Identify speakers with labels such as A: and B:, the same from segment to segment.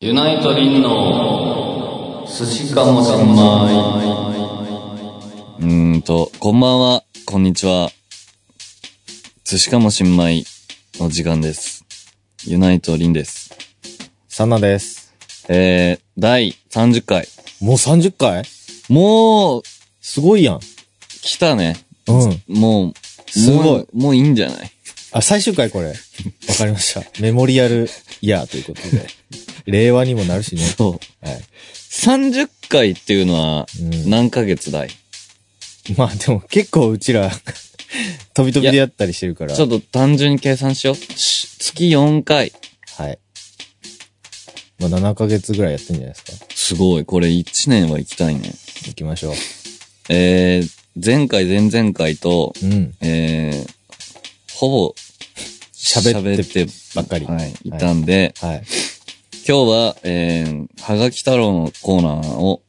A: ユナイトリンの寿司かもしんまいうーんと、こんばんは、こんにちは。寿司かもしんまいの時間です。ユナイトリンです。
B: サナです。
A: えー、第30回。
B: もう30回
A: もう、
B: すごいやん。
A: 来たね。
B: うん。
A: もう、
B: すごい
A: もう。もういいんじゃない
B: あ、最終回こ れ。わかりました。メモリアルイヤーということで。令和にもなるしね。
A: そう。
B: はい。
A: 30回っていうのは、
B: うん
A: 何ヶ月だい、
B: まあでも結構うちら、 飛び飛びでやったりしてるから。
A: ちょっと単純に計算しよう。し月4回。
B: はい。まあ7ヶ月ぐらいやってんじゃないですか。
A: すごい。これ1年は行きたいね。
B: 行きましょう。
A: えー、前回、前々回と、
B: うん。
A: えー、ほぼ、
B: 喋って
A: ば
B: ばっかり
A: はい、いたんで、
B: はい。
A: 今日は、えー、はがき太郎のコーナーを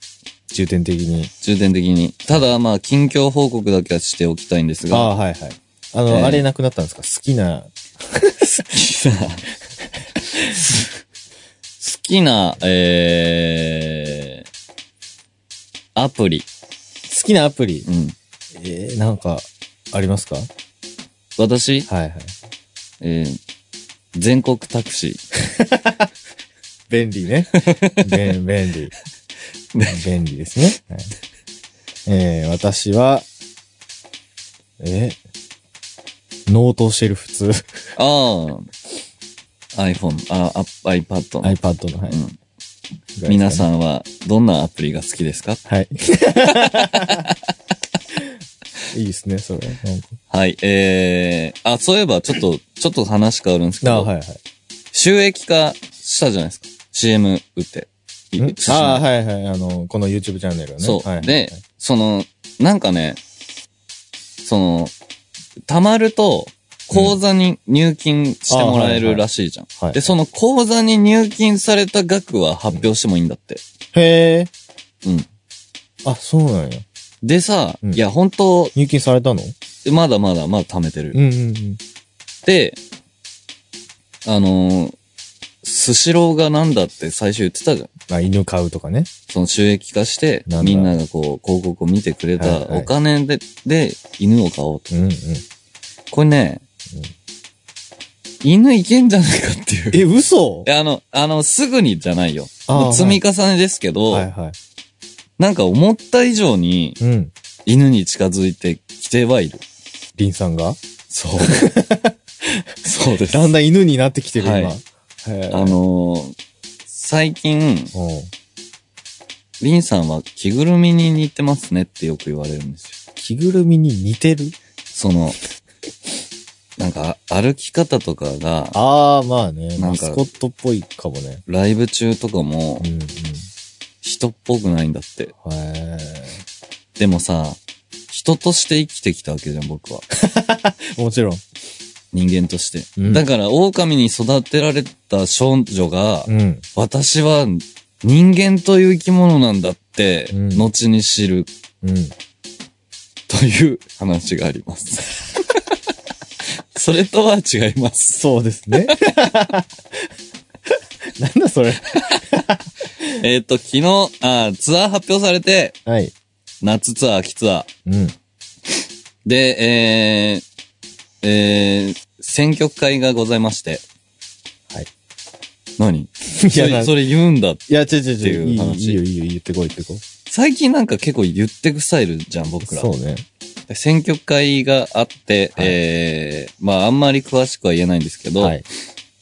B: 重点的に。
A: 重点的に、ただ、まあ、近況報告だけはしておきたいんです
B: あ
A: が、
B: あ、はいはい。あの、
A: えー
B: あれなくなったんですか好きな、
A: 好きな、えー、アプリ。
B: 好きなアプリ
A: う。ん。
B: えー、なんか、ありますかは
A: 私、
B: いはい。
A: えー、全国タクシー。
B: 便 利ね。便便利。便利ですね。はい、えー、私は、えノートシェルフ2。
A: ああ、iPhone、あ、アップ iPad の。
B: iPad の、はい。
A: うん皆
B: ん。
A: さんはどんなアプリが好きですか
B: はい。いいですね、それ。なんか
A: はい、えー、あ、そういえばちょっと、ちょっと話変わるんですけ
B: あ、
A: ど、
B: はいはい。
A: 収益化したじゃないですか。CM 打って。い
B: ん
A: 進め
B: ああ、はいはい。あの、この YouTube チャンネルをね。
A: そう、
B: はいはいはい、
A: で、その、なんかね、その、貯まると、口座に入金してもらえるらしいじゃん。
B: はい
A: で、その口座に入金された額は発表してもいいんだって。
B: へえ。
A: うん。
B: あ、そうなんや。
A: でさ、
B: うん
A: いや、本当
B: 入金されたの
A: まだまだ、まだ貯めてる。
B: うんうんうん。
A: で、あのースシローがなんだって最初言ってたじゃん。
B: あ、犬買うとかね。
A: その収益化して
B: なん、だ
A: みんながこう、広告を見てくれ
B: はい
A: た
B: はい
A: お金で、で、犬を買おうと。
B: うんうん。
A: これね、
B: うん
A: 犬いけんじゃないかっていう。
B: え、嘘
A: いやあの、あの、すぐにじゃないよ。
B: あ
A: もう積み重ねですけど、
B: はいは
A: なんか思った以上に
B: い。うん。
A: 犬に近づいてきてはいる。
B: リンさんが
A: そう。そうです。
B: だんだん犬になってきてる、
A: はい
B: 今。へー
A: あのー最近、
B: うん
A: リンさんは着ぐるみに似てますねってよく言われるんですよ。
B: 着ぐるみに似てる
A: その、なんか歩き方とかが、
B: ああ、まあね。
A: なん
B: マ
A: か
B: スコットっぽいかもね。
A: ライブ中とかも
B: うんうん。
A: 人っぽくないんだって。
B: へ
A: でもさ、人として生きてきたわけじゃん、僕は。
B: え。 もちろん。
A: 人間として。
B: うん
A: だから、狼に育てられた少女が、
B: うん。
A: 私は人間という生き物なんだって、
B: うん
A: 後に知る
B: うん。
A: という話があります。 それとは違います。
B: そうです ね。なんだそれ。
A: えっ、と、昨日、あーツアー発表されて、
B: はい。
A: 夏ツアー、秋ツアー。
B: うん。
A: で、えー、えー、選曲会がございまして。
B: はい。
A: 何
B: い
A: そ
B: や、な
A: れ、
B: い
A: それ言うんだ。
B: や、違う違う違う。
A: ってい
B: いうい
A: 話
B: いいよいいよ、言ってこい言ってこい。
A: 最近なんか結構言ってくスタイルじゃん、僕ら。
B: そうね。
A: で選曲会があって、
B: はい
A: えー、まああんまり詳しくは言えないんですけど、
B: はい。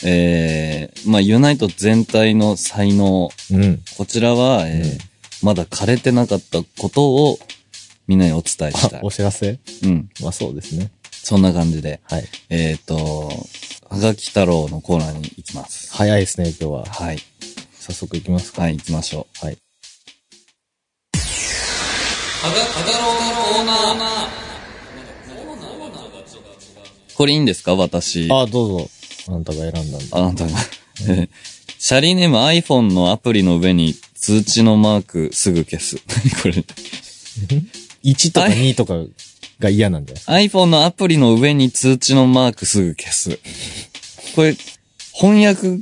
A: えー、まあユナイト全体の才能、
B: うん。
A: こちらは、えー
B: うん
A: まだ枯れてなかったことをみんなにお伝えしたい、。
B: あお知らせ
A: うん。
B: まあそうですね。
A: そんな感じで、
B: はい。
A: えっ、と、はがき太郎のコーナーに行きます。
B: 早いですね、今日は。
A: はい。
B: 早速行きますか。
A: はい、行きましょう。
B: はい。
A: はがき太郎のコーナー。これいいんですか私。
B: あ、どうぞ。あんたが選んだんだ。
A: あなたが。 えシャリネーム iPhone のアプリの上に通知のマークすぐ消す。何これ。
B: 1とか
A: はい
B: 2とかが嫌なんじゃない
A: iPhone のアプリの上に通知のマークすぐ消す。これ、翻訳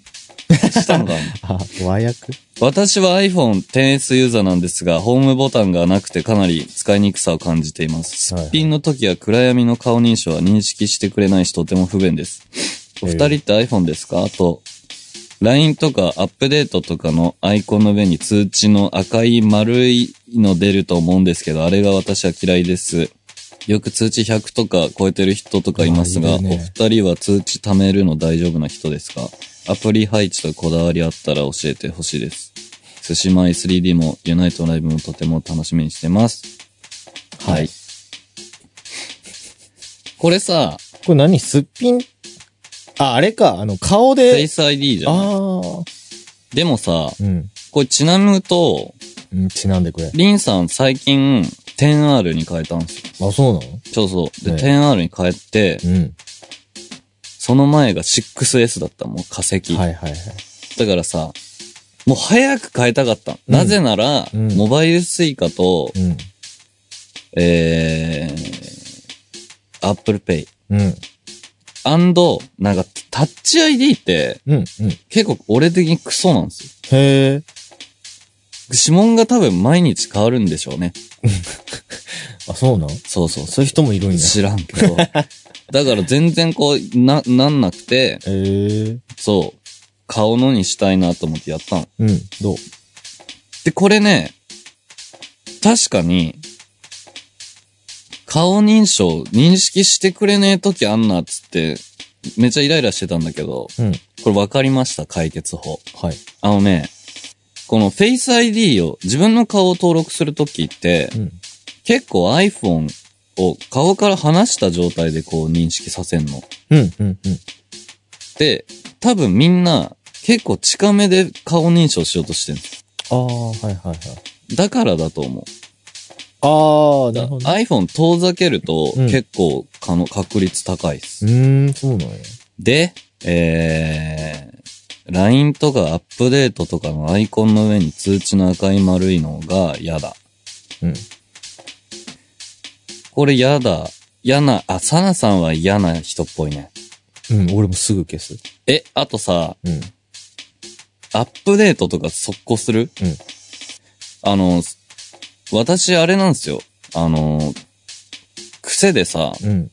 A: したのかな
B: あ、和訳
A: 私は iPhone XS ユーザーなんですが、ホームボタンがなくてかなり使いにくさを感じています。
B: はいは
A: す
B: い
A: っぴんの時や暗闇の顔認証は認識してくれないしとても不便です。お二人って iPhone ですかあと、LINE とかアップデートとかのアイコンの上に通知の赤い丸いの出ると思うんですけど、あれが私は嫌いです。よく通知100とか超えてる人とかいます
B: まあ
A: が、
B: いるね
A: お二人は通知貯めるの大丈夫な人ですかアプリ配置とこだわりあったら教えてほしいです。寿司マイ 3D もユナイトライブもとても楽しみにしてます。はい。これさ、
B: これ何すっぴんあ、あれか。あの、顔
A: フェ
B: で
A: イ。ス ID じゃん。
B: あ
A: でもさ、
B: あ。うん。
A: これちなみにと、
B: うんちなんでくれ。
A: リンさん最近 10R に変えたんですよ。
B: あ、そうなの
A: そうそう。で、
B: ええ
A: 10R に変えて、
B: うん。
A: その前が 6S だったもん、化石。
B: はいはいはい。
A: だからさ、もう早く変えたかった。なぜなら、
B: うん
A: モバイルスイカと、
B: うん。
A: えー、Apple Pay。
B: うん。
A: アンド、なんか、タッチ ID って、
B: うん。うん。
A: 結構俺的にクソなんですよ。
B: へえ。
A: 指紋が多分毎日変わるんでしょうね。
B: あ、そうなの
A: そうそう
B: そういう人もいるんや。
A: 知らんけ ど。だから全然こう、な、なんなくて、
B: へえ。
A: そう、顔のにしたいなと思ってやったの。
B: うん。どう
A: で、これね、確かに、顔認証、認識してくれねえ時あんなっつって、めっちゃイライラしてたんだけど、
B: うん。
A: これ分かりました、解決法。
B: はい。
A: あのね、この Face ID を、自分の顔を登録するときって、
B: うん。
A: 結構 iPhone を顔から離した状態でこう認識させんの。
B: うん。うん。うん。
A: で、多分みんな結構近めで顔認証しようとしてる
B: ああ、はいはいはい。
A: だからだと思う。
B: ああ、な
A: だ
B: るほどね。
A: iPhone 遠ざけると
B: うん
A: 結構可能、確率高いです
B: う。ーん、そうなんや。
A: で、えー、LINE とかアップデートとかのアイコンの上に通知の赤い丸いのが嫌だ。
B: うん。
A: これ嫌だ。嫌な、あ、サナさんは嫌な人っぽいね。
B: うん、俺もすぐ消す。
A: え、あとさ、
B: うん。
A: アップデートとか速攻する
B: うん
A: あの、私あれなんですよ。あの、癖でさ、
B: うん。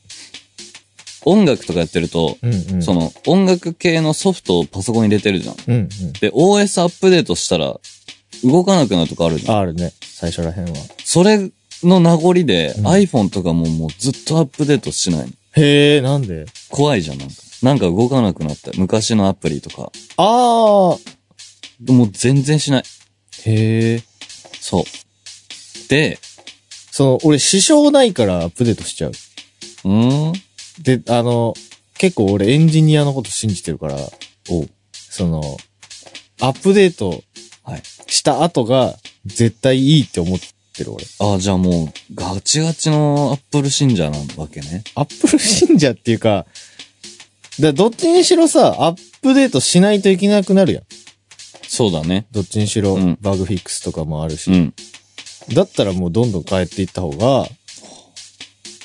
A: 音楽とかやってると、
B: うん。うん。
A: その音楽系のソフトをパソコンに入れてるじゃん。
B: うん。うん。
A: で、OS アップデートしたら、動かなくなるとかあるじゃん。
B: あるね。最初らへんは。
A: それの名残で、
B: うん
A: iPhone とかももうずっとアップデートしない。
B: へえ、なんで
A: 怖いじゃん、なんか。なんか動かなくなった。昔のアプリとか。
B: ああ
A: もう全然しない。
B: へえ。
A: そう。で、
B: その、俺、支障ないからアップデートしちゃう。
A: うーん
B: で、あの、結構俺エンジニアのこと信じてるから、
A: お
B: その、アップデート
A: はい
B: した後が絶対いいって思ってる俺。
A: あ、じゃあもう、ガチガチのアップル信者なわけね。
B: アップル信者っていうか、だどっちにしろさ、アップデートしないといけなくなるやん。
A: そうだね。
B: どっちにしろ
A: うん、
B: バグフィックスとかもあるし。
A: うん。
B: だったらもうどんどん変えていった方が、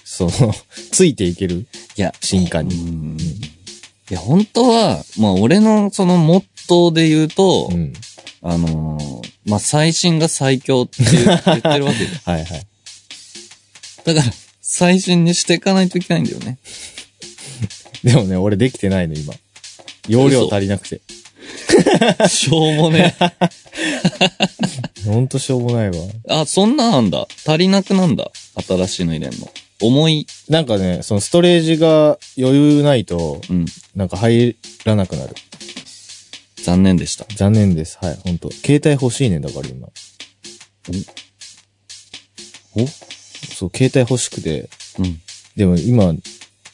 B: その、 ついていける
A: いや、
B: 進化
A: う
B: に。
A: ん。いや、本当は、まあ俺のそのモットーで言うと、
B: うん。
A: あのーまあ、最新が最強って言う言ってる わけで。
B: はいはい。
A: だから、最新にしていかないといけないんだよね。
B: でもね、俺できてないの今。容量足りなくて。
A: しょうもね。
B: ほんとしょうもないわ。
A: あ、そんなんあんだ。足りなくなんだ。新しいの入れんの。重い。
B: なんかね、そのストレージが余裕ないと、
A: うん。
B: なんか入らなくなる。
A: 残念でした。
B: 残念です。はい、ほんと。携帯欲しいねんだから今。
A: お
B: そう、携帯欲しくて。
A: うん。
B: でも今、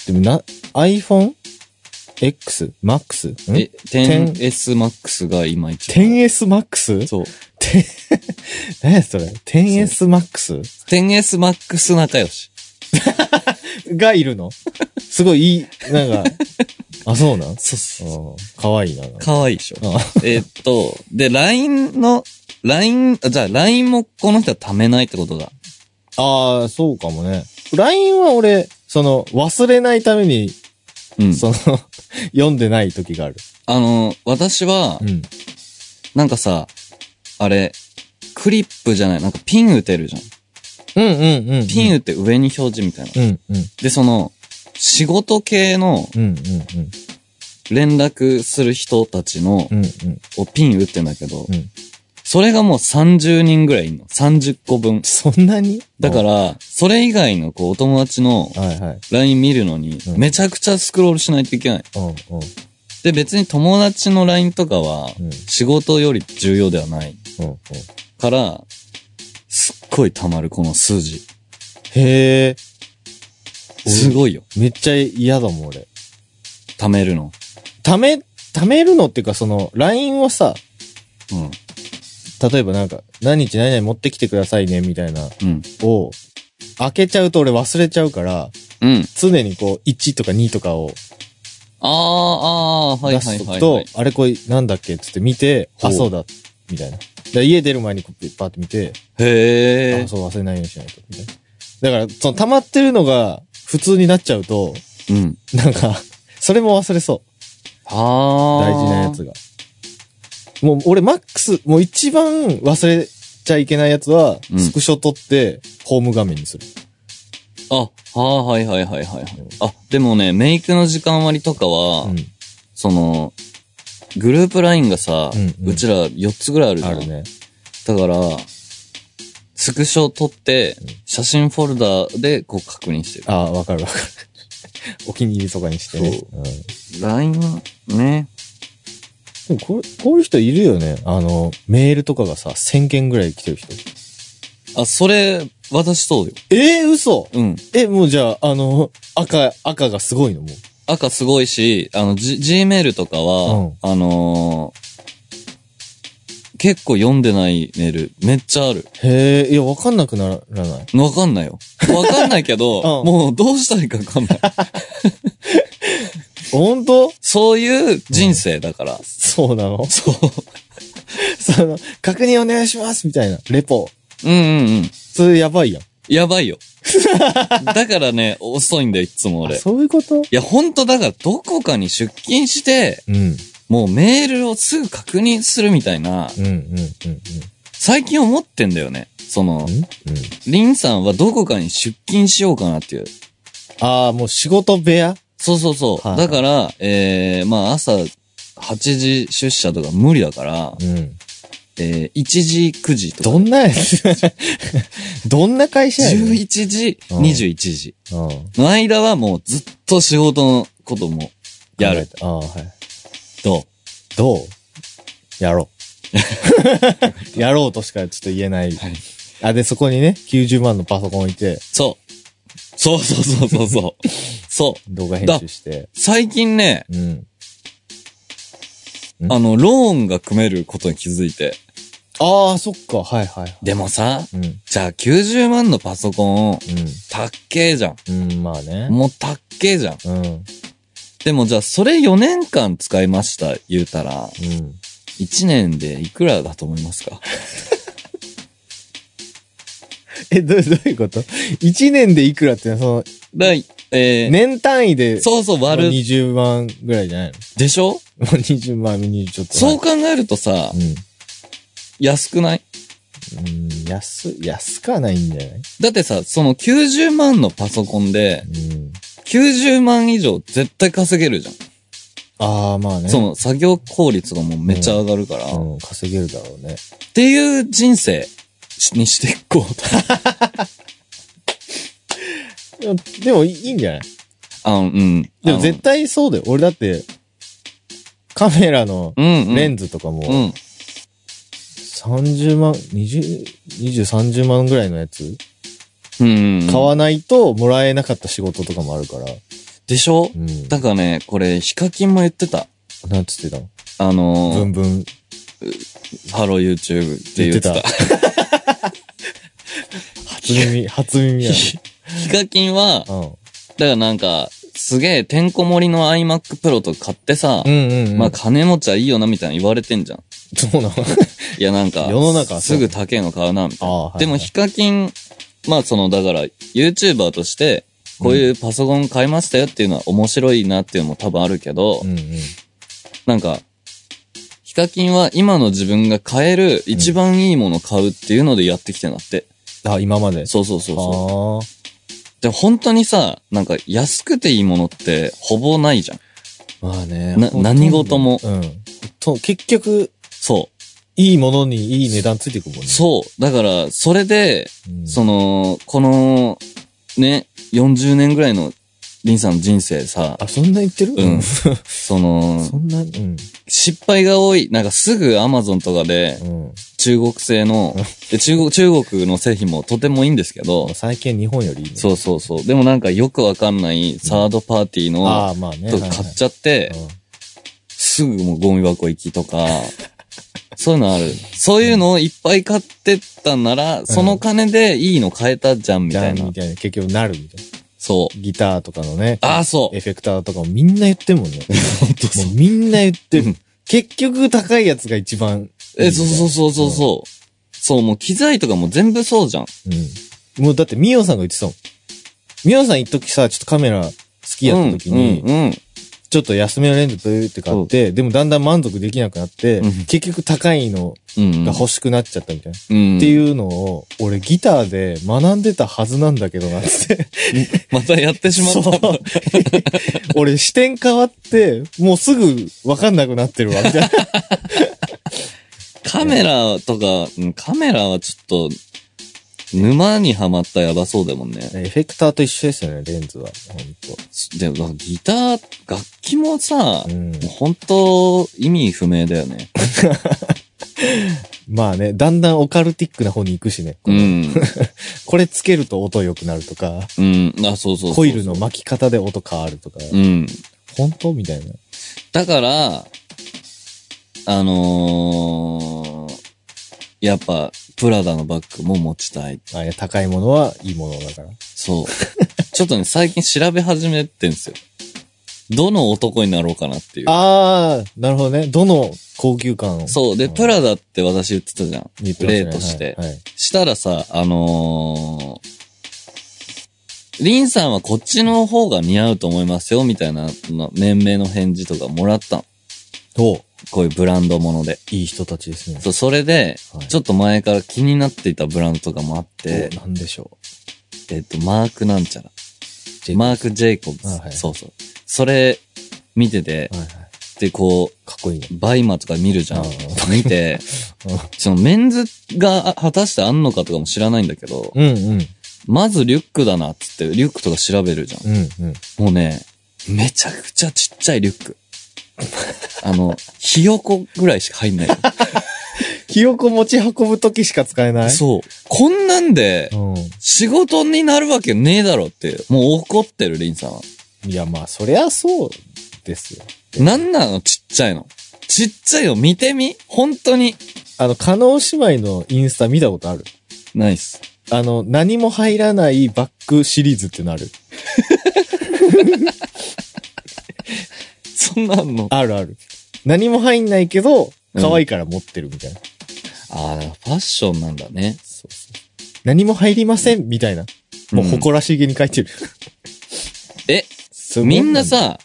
B: でもな、iPhone?X? Max? ん
A: え、10S Max が今一番。
B: 10S Max?
A: そう。
B: 何やそれ ?10S Max?
A: 10S Max 仲良し。
B: がいるのすごいいい、なん か、あ、そうなん
A: そうそ
B: うんかわいいな。なんか
A: かわいいでしょ。
B: うん
A: えっと、で、LINE の、LINE、あじゃあ LINE もこの人は貯めないってことだ。
B: ああ、そうかもね。LINE は俺、その、忘れないために、
A: うん。
B: その、読んでない時がある。
A: あの、私は
B: う、ん。
A: なんかさ、あれ、クリップじゃない、なんかピン打てるじゃん。
B: うんうんうんうん。
A: ピン打って上に表示みたいな。
B: うんうん
A: で、その、仕事系の
B: うんうん
A: 連絡する人たちの
B: う、んうんうん。
A: をピン打ってんだけど、
B: うん
A: それがもう30人ぐらいいんの。30個分。
B: そんなに
A: だか。ら、それ以外のこうお友達の
B: はいはい。
A: LINE 見るのに
B: う、ん
A: めちゃくちゃスクロールしないといけない。
B: うんうん
A: で、別に友達の LINE とかは、
B: うん
A: 仕事より重要ではない
B: うんうん。
A: から、すっごい溜まる、この数字。
B: へえ。
A: すごいよ。
B: めっちゃ嫌だもん、俺。
A: 溜めるの。
B: ため、ためるのっていうか、その、LINE をさ、
A: うん。
B: 例えばなんか、何日何々持ってきてくださいね、みたいな、
A: うん。
B: を、開けちゃうと俺忘れちゃうから、
A: うん。
B: 常にこう、1とか2とかを
A: ああ、ああー、はい
B: 出
A: はい
B: し
A: はい、
B: と
A: は
B: く
A: い。
B: と、あれこれなんだっけっつって見て、
A: ほう
B: あ、そうだ、みたいな。で家出る前にこうパーって見て、
A: へえ
B: あ、。そう忘れないようにしないと、みたいな。だから、その溜まってるのが普通になっちゃうと、
A: うん。
B: なんか、それも忘れそう。
A: はあ。
B: 大事なやつが。もう俺マックス、もう一番忘れちゃいけないやつは、
A: うん
B: スクショ撮って、ホーム画面にする。
A: あ、はあ、はいはいはいはいはい。あ、でもね、メイクの時間割とかは、
B: うん。
A: その、グループラインがさ、う
B: うんうん
A: ちら4つぐらいあるじゃ
B: あ
A: ん。
B: るね。
A: だから、スクショ撮って
B: うん、
A: 写真フォルダでこう確認してる。
B: ああ、わかるわ かる。お気に入りとかにしてね。うん
A: LINE はね、
B: でもこうこういう人いるよね。あの、メールとかがさ、1000件ぐらい来てる人。
A: あ、それ、私そうよ。
B: ええ嘘
A: うん。
B: え、もうじゃあ、あの、赤、赤がすごいのもう。
A: 赤すごいし、あの、G、Gmail とかは、あのー結構読んでないメール、めっちゃある。
B: へえ、いや、わかんなくならない。
A: わかんないよ。わかんないけど、
B: うん
A: もうどうしたらいいかわかん ない。
B: ほんと
A: そういう人生だから。
B: そうなの
A: そう。
B: その、確認お願いしますみたいな。レポ。
A: うんうんうん。
B: それやばいやん。
A: やばい よ。だからね、遅いんだよ、いつも
B: あ
A: 俺。い
B: そういうこと
A: や、ほんとだから、どこかに出勤して、
B: うん。うん、
A: もうメールをすぐ確認するみたいな、
B: うん、うん、うん。
A: 最近思ってんだよね。その
B: う、ん、うん。
A: リンさんはどこかに出勤しようかなっていう。
B: ああ、もう仕事部屋
A: そうそうそう。
B: はい
A: だから、えー、まあ朝8時出社とか無理だから、
B: うん。
A: えー、1時9時とか。
B: どんな やつどんな会社やねん
A: ?11 時、
B: うん
A: 21時。
B: うん。
A: の間はもうずっと仕事のこともやる。。
B: ああ、はい。
A: と。
B: どうやろ う。やろうとしかちょっと言えない。
A: はい
B: あ、で、そこにね、90万のパソコン置いて、
A: そう。そうそうそうそうそう。 そう。
B: 動画編集して。
A: 最近ね、
B: うん。
A: あの、ローンが組めることに気づいて。
B: ああ、そっか、はいはい。
A: でもさ、
B: うん、う
A: じゃあ90万のパソコン、たっけえじゃ
B: ん。うん、まあ
A: ん。
B: ね。
A: もうたっけえじゃん。
B: うん、う
A: でもじゃあそれ4年間使いました、言うたら、
B: ん。
A: 1年でいくらだと思いますか
B: え、どう、どういうこと ?1 年でいくらってのは、そ
A: だい、えー、
B: の、年単位で、
A: そうそう割る、
B: 20万ぐらいじゃないの
A: でしょ
B: もう20万、20ちょっと。
A: そう考えるとさ
B: う、ん。
A: 安くない
B: うん、安、安かないんじゃない
A: だってさ、その90万のパソコンで、
B: うん。
A: 90万以上絶対稼げるじゃん。
B: ああ、まあね。
A: その作業効率がもうめっちゃ上がるから、っ
B: うん、稼げるだろうね。
A: ていう人生にしていこうと。
B: でもでもいいいいんじゃない
A: あの、うん。
B: でも
A: あの
B: 絶対そうだよ。俺だって、カメラの
A: うん、うん。
B: レンズとか
A: う
B: も、
A: ん。
B: 30万、20、20、30万ぐらいのやつ、
A: うん、うん。
B: 買わないともらえなかった仕事とかもあるから。
A: でしょ
B: うん。
A: だからね、これ、ヒカキンも言ってた。
B: なんつってたの
A: あ
B: ブ
A: のー、
B: ンブン
A: ハロー YouTube って言っ
B: 言っ
A: てて
B: た
A: た。。
B: 初耳、初耳やな。
A: ヒカキンは、
B: うん。
A: だからなんか、すげえ、てんこ盛りの iMac Pro とか買ってさ
B: う、んうんうん。
A: まあ金持ちはいいよなみたいな言われてんじゃん。
B: そうなの。
A: いやなんか、
B: 世の中はそ
A: す
B: う
A: ぐ高いの買うな、みたいな。
B: ああ、はい。
A: でも、ヒカキン、まあその、だから、YouTuber として、こういうパソコン買いましたよっていうのは面白いなっていうのも多分あるけど、
B: うんうん。
A: なんか、ヒカキンは今の自分が買える一番いいもの買うっていうのでやってきてんだって。
B: あ、今まで。
A: そうそうそうそう。
B: あー
A: で、本当にさ、なんか安くていいものってほぼないじゃん。
B: まあね。
A: な
B: ほとんど
A: 何事も
B: うん。と、結局、
A: そ
B: いいものにいい値段ついてくもんね。
A: う。そう。だから、それで、
B: うん
A: その、この、ね、40年ぐらいのリンさんの人生さ、
B: あ、そんな言ってる
A: うん
B: そ
A: その、
B: んな、うん。
A: 失敗が多い。なんかすぐアマゾンとかで
B: うん。
A: 中国製の
B: うん、
A: で中国、中国の製品もとてもいいんですけど、
B: 最近日本よりいいね。
A: そうそうそう。でもなんかよくわかんないサードパーティーの
B: ああ、まあね。
A: とか
B: はいはい
A: 買っちゃって、
B: うん
A: すぐもうゴミ箱行きとか、そういうのある。そういうのをいっぱい買ってったなら、その金でいいの買えたじゃんみ
B: じ
A: た
B: ゃ
A: い
B: ん
A: な
B: み。たいな。結局なるみたい
A: そう。
B: な。ギターとかのね。
A: ああ、そう。
B: エフェクターとかもみんな言って るもんね。もうみんな言って
A: う
B: る
A: ん。
B: 結局高いやつが一番。
A: え、そうそうそうそうそう。そう、もう機材とかも全部そうじゃん。
B: うん。もうだってミオさんが言ってたもん。ミオさん一時さ、ちょっとカメラ好きやった時
A: う
B: に、
A: ん、うん、うん。
B: ちょっと安めのレンズブーって買って、でもだんだん満足できなくなって
A: うん、
B: 結局高いの
A: うん。
B: が欲しくなっちゃったみたいな。
A: うん。
B: っていうのを、俺ギターで学んでたはずなんだけどな って。
A: またやってしまった。
B: そう俺視点変わって、もうすぐわかんなくなってるわ、みたいな。
A: カメラとか、うんカメラはちょっと、沼にはまったらやばそうだもんね。
B: エフェクターと一緒ですよね、レンズは。ほん
A: でも、ギター、楽器もさ
B: と。う、ん。
A: 本当意味不明だよね。
B: まあね、だんだんオカルティックな方に行くしね。
A: うん。
B: これつけると音良くなるとか、
A: うん。あ、そうそうそう
B: コイルの巻き方で音変わるとか。
A: うん。
B: 本当みたいな。
A: だから、あのー、やっぱ、プラダのバッグも持ちたい。
B: まあね、高いものはいいものだから。
A: そう。ちょっとね、最近調べ始めてんですよ。どの男になろうかなっていう。
B: あー、なるほどね。どの高級感を。
A: そう。で、
B: ん
A: プラダって私言ってたじゃん。
B: 言ってましたね
A: 例として
B: はい。はい
A: したらさ、あのー、リンさんはこっちの方が似合うと思いますよ、みたいな、の年名の返事とかもらったの。
B: お
A: こういうブランドもので。
B: いい人たちですね。
A: そう、それで、
B: はい
A: ちょっと前から気になっていたブランドとかもあって
B: お、なんでしょう。
A: えっと、マークなんちゃら。
B: ジェイコブ
A: マーク・ジェイコブ
B: あはい
A: ス。そうそう。それ、見てて、
B: はいはい。
A: で、こう、
B: かっこいいね。
A: バイマとか見るじゃん
B: あ。あ
A: 見 て、そのメンズがあ果たしてあんのかとかも知らないんだけど、
B: うんうん。
A: まずリュックだなっつって、リュックとか調べるじゃん。
B: うんうん。
A: もうね、めちゃくちゃちっちゃいリュック。 あの、ひよこぐらいしか入んない。
B: ひよこ持ち運ぶときしか使えない
A: そう。こんなんで、
B: うん。
A: 仕事になるわけねえだろって、もう怒ってる、リンさんは。
B: いや、まあ、そりゃそうですよ。
A: なんなの、ちっちゃいの。ちっちゃいの見てみ本当に。
B: あの、加納姉妹のインスタ見たことある
A: ナイス。
B: あの、何も入らないバッグシリーズってなる。
A: そんなんの。
B: あるある。何も入んないけど、可愛いから持ってるみたいな。
A: ああ、だからファッションなんだね。
B: そうそう。何も入りませんみたいな。もう
A: うん
B: 誇らしげに書いてる。
A: え、
B: すごい
A: みんな、さ、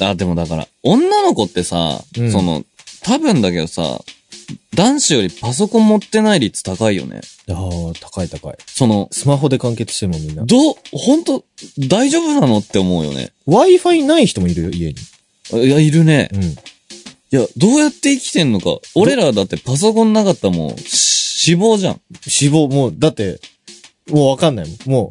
A: あ、でもだから、女の子ってさ、
B: うん
A: その、多分だけどさ、男子よりパソコン持ってない率高いよね。
B: ああ、高い高い。
A: その、
B: スマホで完結してるもんみんな。
A: どう、ほんと、大丈夫なのって思うよね。
B: Wi-Fi ない人もいるよ、家に。
A: いや、いるね。
B: うん。
A: いや、どうやって生きてんのか。俺らだってパソコンなかったらもん、し死亡じゃん。
B: 死亡、もう、だって、もうわかんないもん。も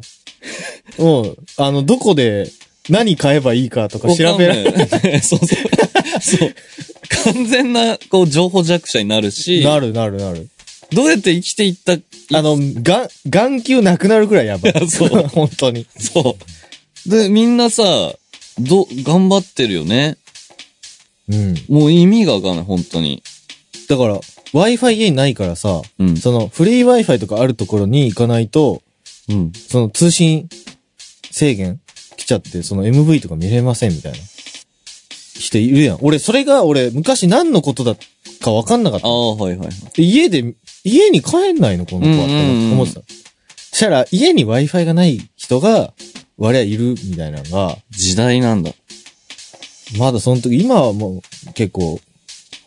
B: う、 もう、あの、どこで何買えばいいかとか調べられ
A: わかんない そう そう。そう。完全な、こう、情報弱者になるし、
B: なるなるなる。
A: どうやって生きていった、
B: あの、が、眼球なくなるくらいやば
A: いや
B: い。
A: そう
B: 本当に。
A: そう。で、みんなさ、ど、頑張ってるよね。
B: うん。
A: もう意味がわかんない、本当に。
B: だから、Wi-Fi 家にないからさ、
A: うん。
B: その、フリー Wi-Fi とかあるところに行かないと、
A: うん。
B: その通信制限来ちゃって、その MV とか見れませんみたいな。しているやん。俺、それが俺、昔何のことだかわかんなかった
A: あ。あ、はいはいはい。
B: で家で、家に帰んないのこの子は
A: うん
B: っ
A: うんう
B: て
A: ん
B: 思ってた。したら、家に Wi-Fi がない人が、我々いるみたいなのが、
A: 時代なんだ。
B: まだその時、今はもう結構、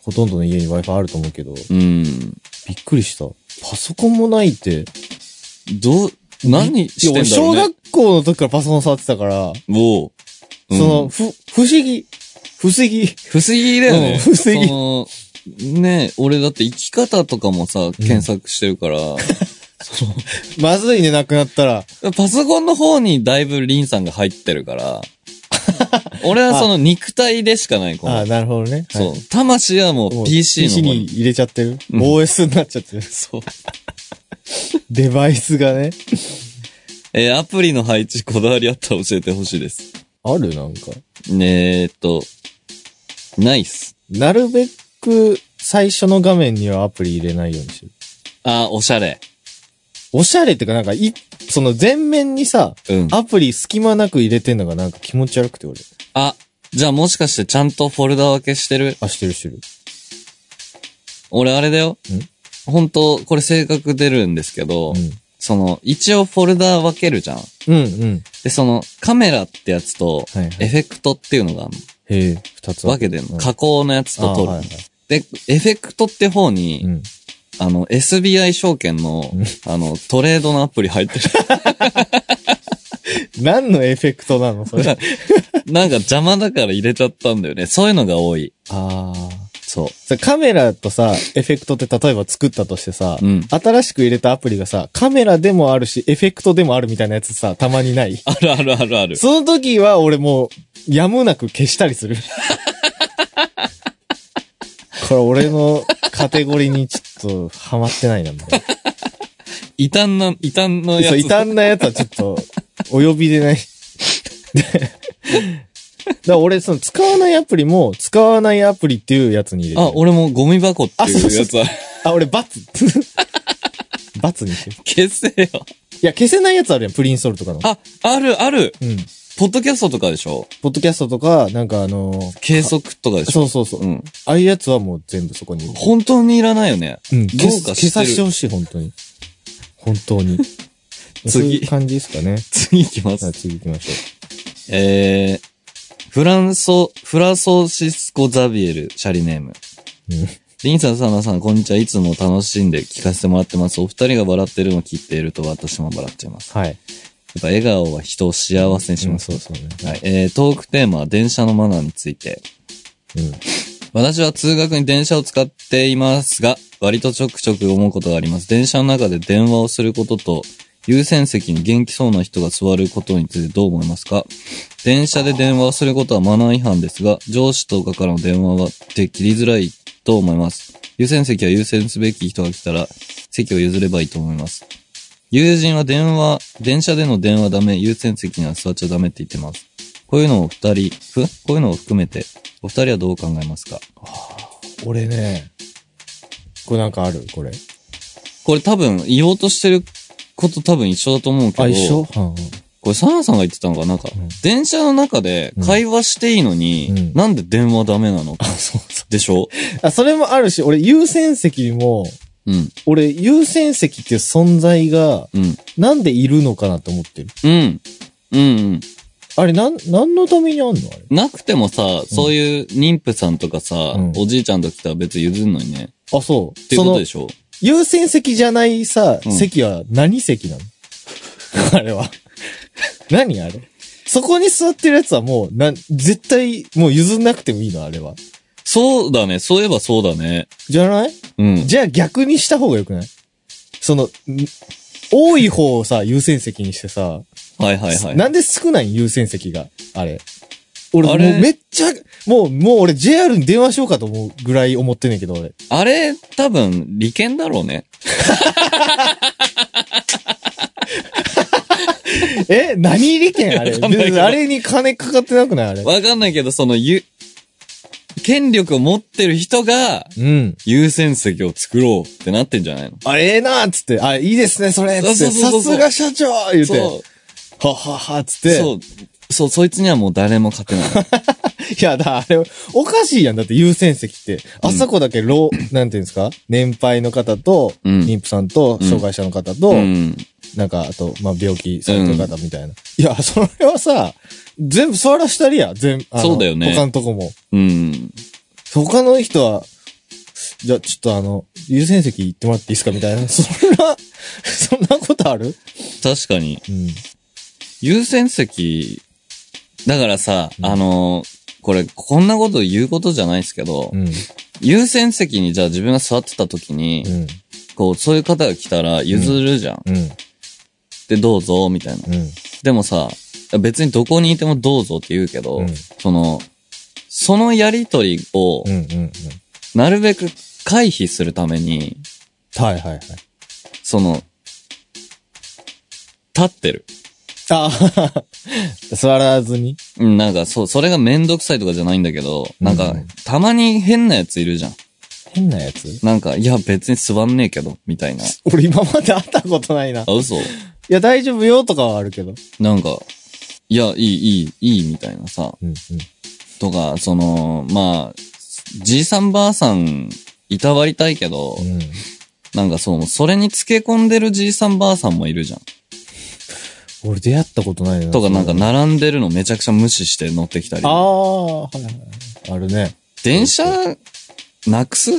B: ほとんどの家に Wi-Fi あると思うけど、
A: うん。
B: びっくりした。パソコンもないって。
A: どう、何してんだろう
B: いや
A: ね
B: 俺小。学校の時からパソコン触ってたから、
A: おう。うん
B: その、ふ、不思議。不思議。
A: 不思議だよね。
B: うん不思議
A: その、ね俺だって生き方とかもさ、検索してるから、
B: まずいね、なくなったら。
A: パソコンの方にだいぶリンさんが入ってる から、俺はその肉体でしかない、こ
B: あ
A: の
B: あ、なるほどね。はい
A: そう。魂はも
B: も
A: う
B: う
A: PC の方
B: PC に
A: に。
B: 入れちゃってる。
A: うん
B: OS になっちゃって る。
A: そう。
B: デバイスがね。
A: えーアプリの配置こだわりあったら教えてほしいです。
B: あるなんか。
A: ねえーっと、ナイス。
B: なるべく最初の画面にはアプリ入れないようにしてる。
A: あー、おしゃれ。
B: おしゃれってかなんか、い、その前面にさ、
A: うん。
B: アプリ隙間なく入れてんのがなんか気持ち悪くて俺。
A: あ、じゃあもしかしてちゃんとフォルダ分けしてる
B: あ、してるしてる。
A: 俺あれだよ
B: ん。
A: 本当これ性格出るんですけど、
B: う
A: その、一応フォルダ分けるじゃん。
B: ん。うんうん。
A: で、その、カメラってやつと、
B: はいはい
A: エフェクトっていうのがある
B: へえ、二つ
A: の。分けてるの。
B: ッ
A: 加工のやつと撮る。
B: はいはい
A: で、エフェクトって方に、
B: うん。
A: あの、SBI 証券の、あの、トレードのアプリ入ってる。
B: 何のエフェクトなのそれ。あ
A: なんか邪魔だから入れちゃったんだよね。そういうのが多い。
B: あ。
A: そう。
B: さ、カメラとさ、エフェクトって例えば作ったとしてさ、
A: うん
B: 新しく入れたアプリがさ、カメラでもあるし、エフェクトでもあるみたいなやつさ、たまにない。
A: あるあるあるある。
B: その時は俺もう、やむなく消したり する。これ俺のカテゴリーにちょっとハマってないな、みたいな。
A: 異端な、異端のやつ。
B: そう、異端なやつはちょっと、お呼び でない。でだから俺、その、使わないアプリも、使わないアプリっていうやつに入れてる
A: あ、、俺もゴミ箱って
B: あそう
A: いう
B: そう
A: やつは、
B: あ、俺、バ ツ。バツにしてる。
A: 消せよ。
B: いや、消せないやつあるやん、プリインストールとかの。
A: あ、あるある。
B: うん。
A: ポッドキャストとかでしょ
B: ポッドキャストとか、なんかあのー
A: 計測とかでしょ
B: そうそうそう。
A: うん。
B: ああいうやつはもう全部そこに入れてる。
A: 本当にいらないよね。
B: うん、
A: どう
B: 消す
A: かして
B: 消
A: る
B: させてほしい、本当に。本当に。
A: 次
B: そういう感じですかね。
A: 次行きま
B: さあ、
A: す。
B: 次行きましょ
A: えー、フランソ、フラソシスコ・ザビエル、シャリネーム。
B: う。うん。
A: リンさん、サナさん、こんにちは。いつも楽しんで聞かせてもらってます。お二人が笑ってるのを聞いていると私も笑っちゃいます。
B: はい。
A: やっぱ笑顔は人を幸せにします。
B: うんそうそうね。
A: はい。えー、トークテーマは電車のマナーについて。
B: うん。
A: 私は通学に電車を使っていますが、割とちょくちょく思うことがあります。電車の中で電話をすることと、優先席に元気そうな人が座ることについてどう思いますか電車で電話をすることはマナー違反ですが、上司とかからの電話はって切りづらいと思います。優先席は優先すべき人が来たら、席を譲ればいいと思います。友人は電話、電車での電話ダメ、優先席には座っちゃダメって言ってます。こういうのを二人、ふこういうのを含めて、お二人はどう考えますか
B: 俺ね、これなんかあるこれ。
A: これ多分言おうとしてること多分一緒だと思うけど。
B: は
A: これサナさんが言ってたのかなんか、
B: うん
A: 電車の中で会話していいのに、
B: うん
A: なんで電話ダメなの、
B: あ、そうそ
A: でしょ
B: う。あ、それもあるし、俺優先席も、
A: うん、
B: 俺優先席っていう存在が、
A: うん、
B: なんでいるのかなって思ってる。
A: うん、うん、うん。
B: あれ、なん、なんのためにあんのあれ。
A: なくてもさ、そういう妊婦さんとかさ、
B: うん
A: おじいちゃんと来たら別に譲るのにね。
B: あ、そう。
A: っていう
B: そ
A: こと
B: の
A: で、しょ
B: 優先席じゃないさ、
A: うん
B: 席は何席なの あれは。 何あれ。そこに座ってるやつはもう、なん、絶対、もう譲んなくてもいいのあれは。
A: そうだね。そういえばそうだね。
B: じゃない
A: うん。
B: じゃあ逆にした方がよくないその、ん多い方をさ、優先席にしてさ、
A: はいはいはい。
B: なんで少ない優先席が、あれ。俺、
A: あれ
B: もうめっちゃ、もう、もう俺 JR に電話しようかと思うぐらい思ってんねんけど、俺。
A: あれ、多分、利権だろうね。
B: え何利権あれ。
A: わかんないけど
B: あれに金かかってなくないあれ。
A: わかんないけど、その、ゆ、権力を持ってる人が、
B: うん。
A: 優先席を作ろうってなってんじゃないの
B: あれ、ええなっつって、あ、いいですね、それっつっ
A: そうそ
B: て、
A: うそ
B: さ
A: うそう
B: すが社長言うて、は
A: そ
B: っはっはっつっ
A: う。
B: て、
A: そう。そう、そいつにはもう誰も勝てない。
B: いや、だ、あれ、おかしいやん。だって優先席って。あそこだけ老、なんていうんですか年配の方と、
A: うん
B: 妊婦さんと、
A: うん
B: 障害者の方と、
A: うん。
B: なんか、あと、まあ、病気されてる方みたいな。いや、それはさ、全部座らしたりや、全あの
A: そうだよね
B: 他のとこも。
A: うん。
B: 他の人は、じゃあちょっとあの、優先席行ってもらっていいですかみたいな。 そんな、そんなことある
A: 確かに。
B: うん。
A: 優先席、だからさ、
B: うん
A: あの、これ、こんなこと言うことじゃないですけど、
B: うん。
A: 優先席にじゃあ自分が座ってた時に、
B: うん。
A: こう、そういう方が来たら譲るじゃん。
B: うん。
A: で、どうぞ、みたいな。
B: うん。
A: でもさ、別にどこにいてもどうぞって言うけど、
B: うん
A: その、そのやりとりを
B: う、ん。うん。
A: なるべく回避するために、
B: はいはいはい。
A: その、立ってる。
B: あ 座らずに。
A: うんなんか、そう、それがめんどくさいとかじゃないんだけど、なんか
B: うん、
A: たまに変なやついるじゃん。
B: 変なやつ
A: なんか、いや、別に座んねえけど、みたいな。
B: 俺今まで会ったことないな。い
A: あ、嘘
B: や、大丈夫よとかはあるけど。
A: なんか、いや、いい、いい、いい、みたいなさ。
B: うん。うん。
A: とか、その、まあ、じいさんばあさん、いたわりたいけど、
B: うん。
A: なんかそう、それにつけ込んでるじいさんばあさんもいるじゃん。
B: 俺出会ったことないな。
A: とかなんか並んでるのめちゃくちゃ無視して乗ってきたり
B: あ。あ、はいはいはい。あるね。
A: 電車、なくす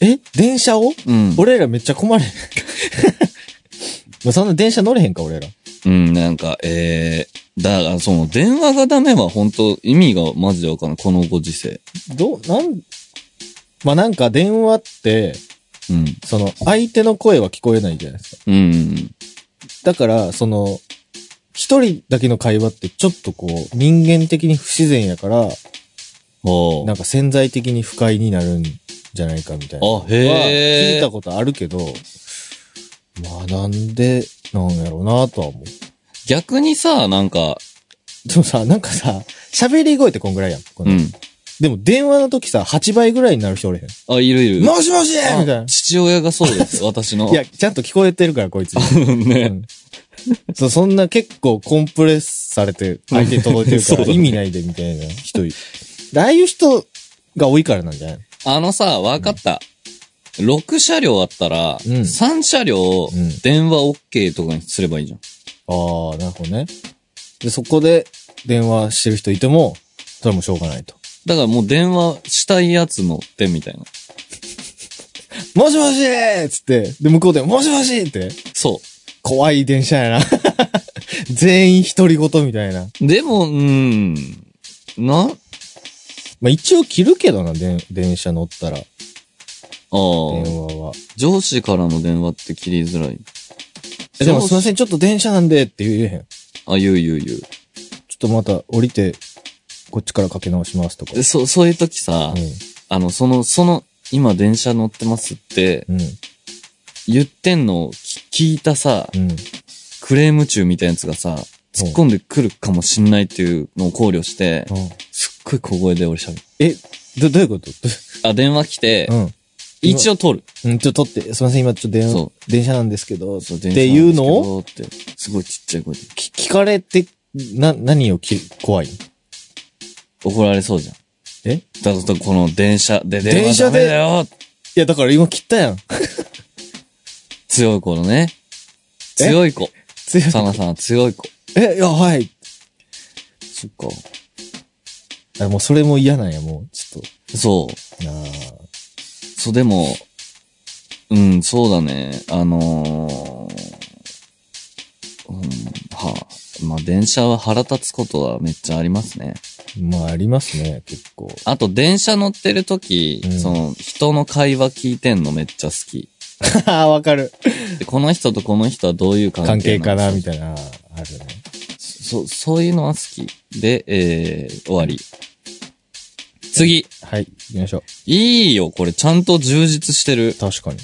B: え電車を
A: うん。
B: 俺らめっちゃ困る。 もうそんな電車乗れへんか、俺ら。
A: うん、なんか、えー、だからその電話がダメは本当意味がマジでわかんない。このご時世。
B: どう、なん、まあ、なんか電話って、
A: うん。
B: その、相手の声は聞こえないじゃないですか。
A: うん。
B: だから、その、一人だけの会話ってちょっとこう、人間的に不自然やから、
A: ほう
B: な。んか潜在的に不快になるんじゃないかみたいな。は、
A: あ、へ
B: 聞い
A: え。
B: たことあるけど、まあなんで、なんやろうなとは思う。
A: 逆にさ、なんか、
B: でもさ、なんかさ、喋り声ってこんぐらいやん。こ
A: う
B: の
A: ん。
B: でも電話の時さ、8倍ぐらいになる人おれへん。
A: あ、いるいる。
B: もしもしみ
A: あ
B: たいな。い
A: 父親がそう です、私の。
B: や、ちゃんと聞こえてるから、こいつ。う
A: ね。
B: んそうそんな結構コンプレスされて、相手に届いてる か
A: そう
B: ら
A: だね
B: 意味ないでみたいな人い。ああいう人が多いからなんじゃない
A: あのさ、わかった。6車両あったら、
B: うん
A: 3車両、
B: ん
A: 電話 OK とかにすればいいじゃん。
B: ああ、なるほどね。で、そこで電話してる人いても、それもしょうがないと。
A: だからもう電話したいやつ乗ってみたいな。
B: もしもしっつって、で、向こうで、もしもしって、
A: そ
B: 怖い電車やな。 全員独り言みたいな。
A: う。でも、うーん。な、あ
B: まあ、一応切るけどな、電電車乗ったら、電
A: あ、
B: 話は。
A: 上司からの電話って切りづらい。
B: えでもすいま
A: ん。
B: せん、ちょっと電車なんでって言えへん。
A: あ、言う言う言う
B: ちょっとまた降りて、こっちからかけ直しますとか。
A: で。そ、そういう時さ、
B: う
A: あの、その、その、今電車乗ってますって
B: ん。うん。
A: 言ってんのを聞聞いたさ、
B: うん。
A: クレーム中みたいなやつがさ、突っ込んでくるかもしんないっていうのを考慮して、
B: うん
A: すっごい小声で俺喋る。
B: え、ど、どういうことど
A: あ、電話来て、
B: うん。
A: 一応取る。
B: うん、ちょっと取って、すいません、今ちょっと電
A: そ
B: 電車なんですけど、
A: そう
B: っていうのを
A: 電車なんですけどって、すごいちっちゃい声で
B: き聞かれて、な、何をき、怖い
A: 怒られそうじゃん。
B: え
A: だとこの電車で電
B: 電
A: 話
B: 車
A: ダメ
B: で
A: だよ
B: いや、だから今切ったやん。
A: 強い子のね。強い子。
B: 強い
A: サナさんは強い子。
B: え、いや、はい。
A: そっか。
B: あ、もうそれも嫌なんや、もう。ちょっ
A: そう。
B: と。なあ。
A: そう、でも、うん、そうだね。あのーうん、はあ、まあ、電車は腹立つことはめっちゃありますね。
B: まあ、ありますね、結構。
A: あと、電車乗ってるとき、
B: うん
A: その、人の会話聞いてんのめっちゃ好き。
B: あ わかる。
A: で、この人とこの人はどういう関
B: 関
A: 係
B: 係かな、
A: ん
B: み
A: です
B: たいな。ああるね。
A: そ、そういうのは好き。で、えー、終わり。次。
B: はい、行きましょう。
A: いいよ、これ、ちゃんと充実してる。
B: 確かに。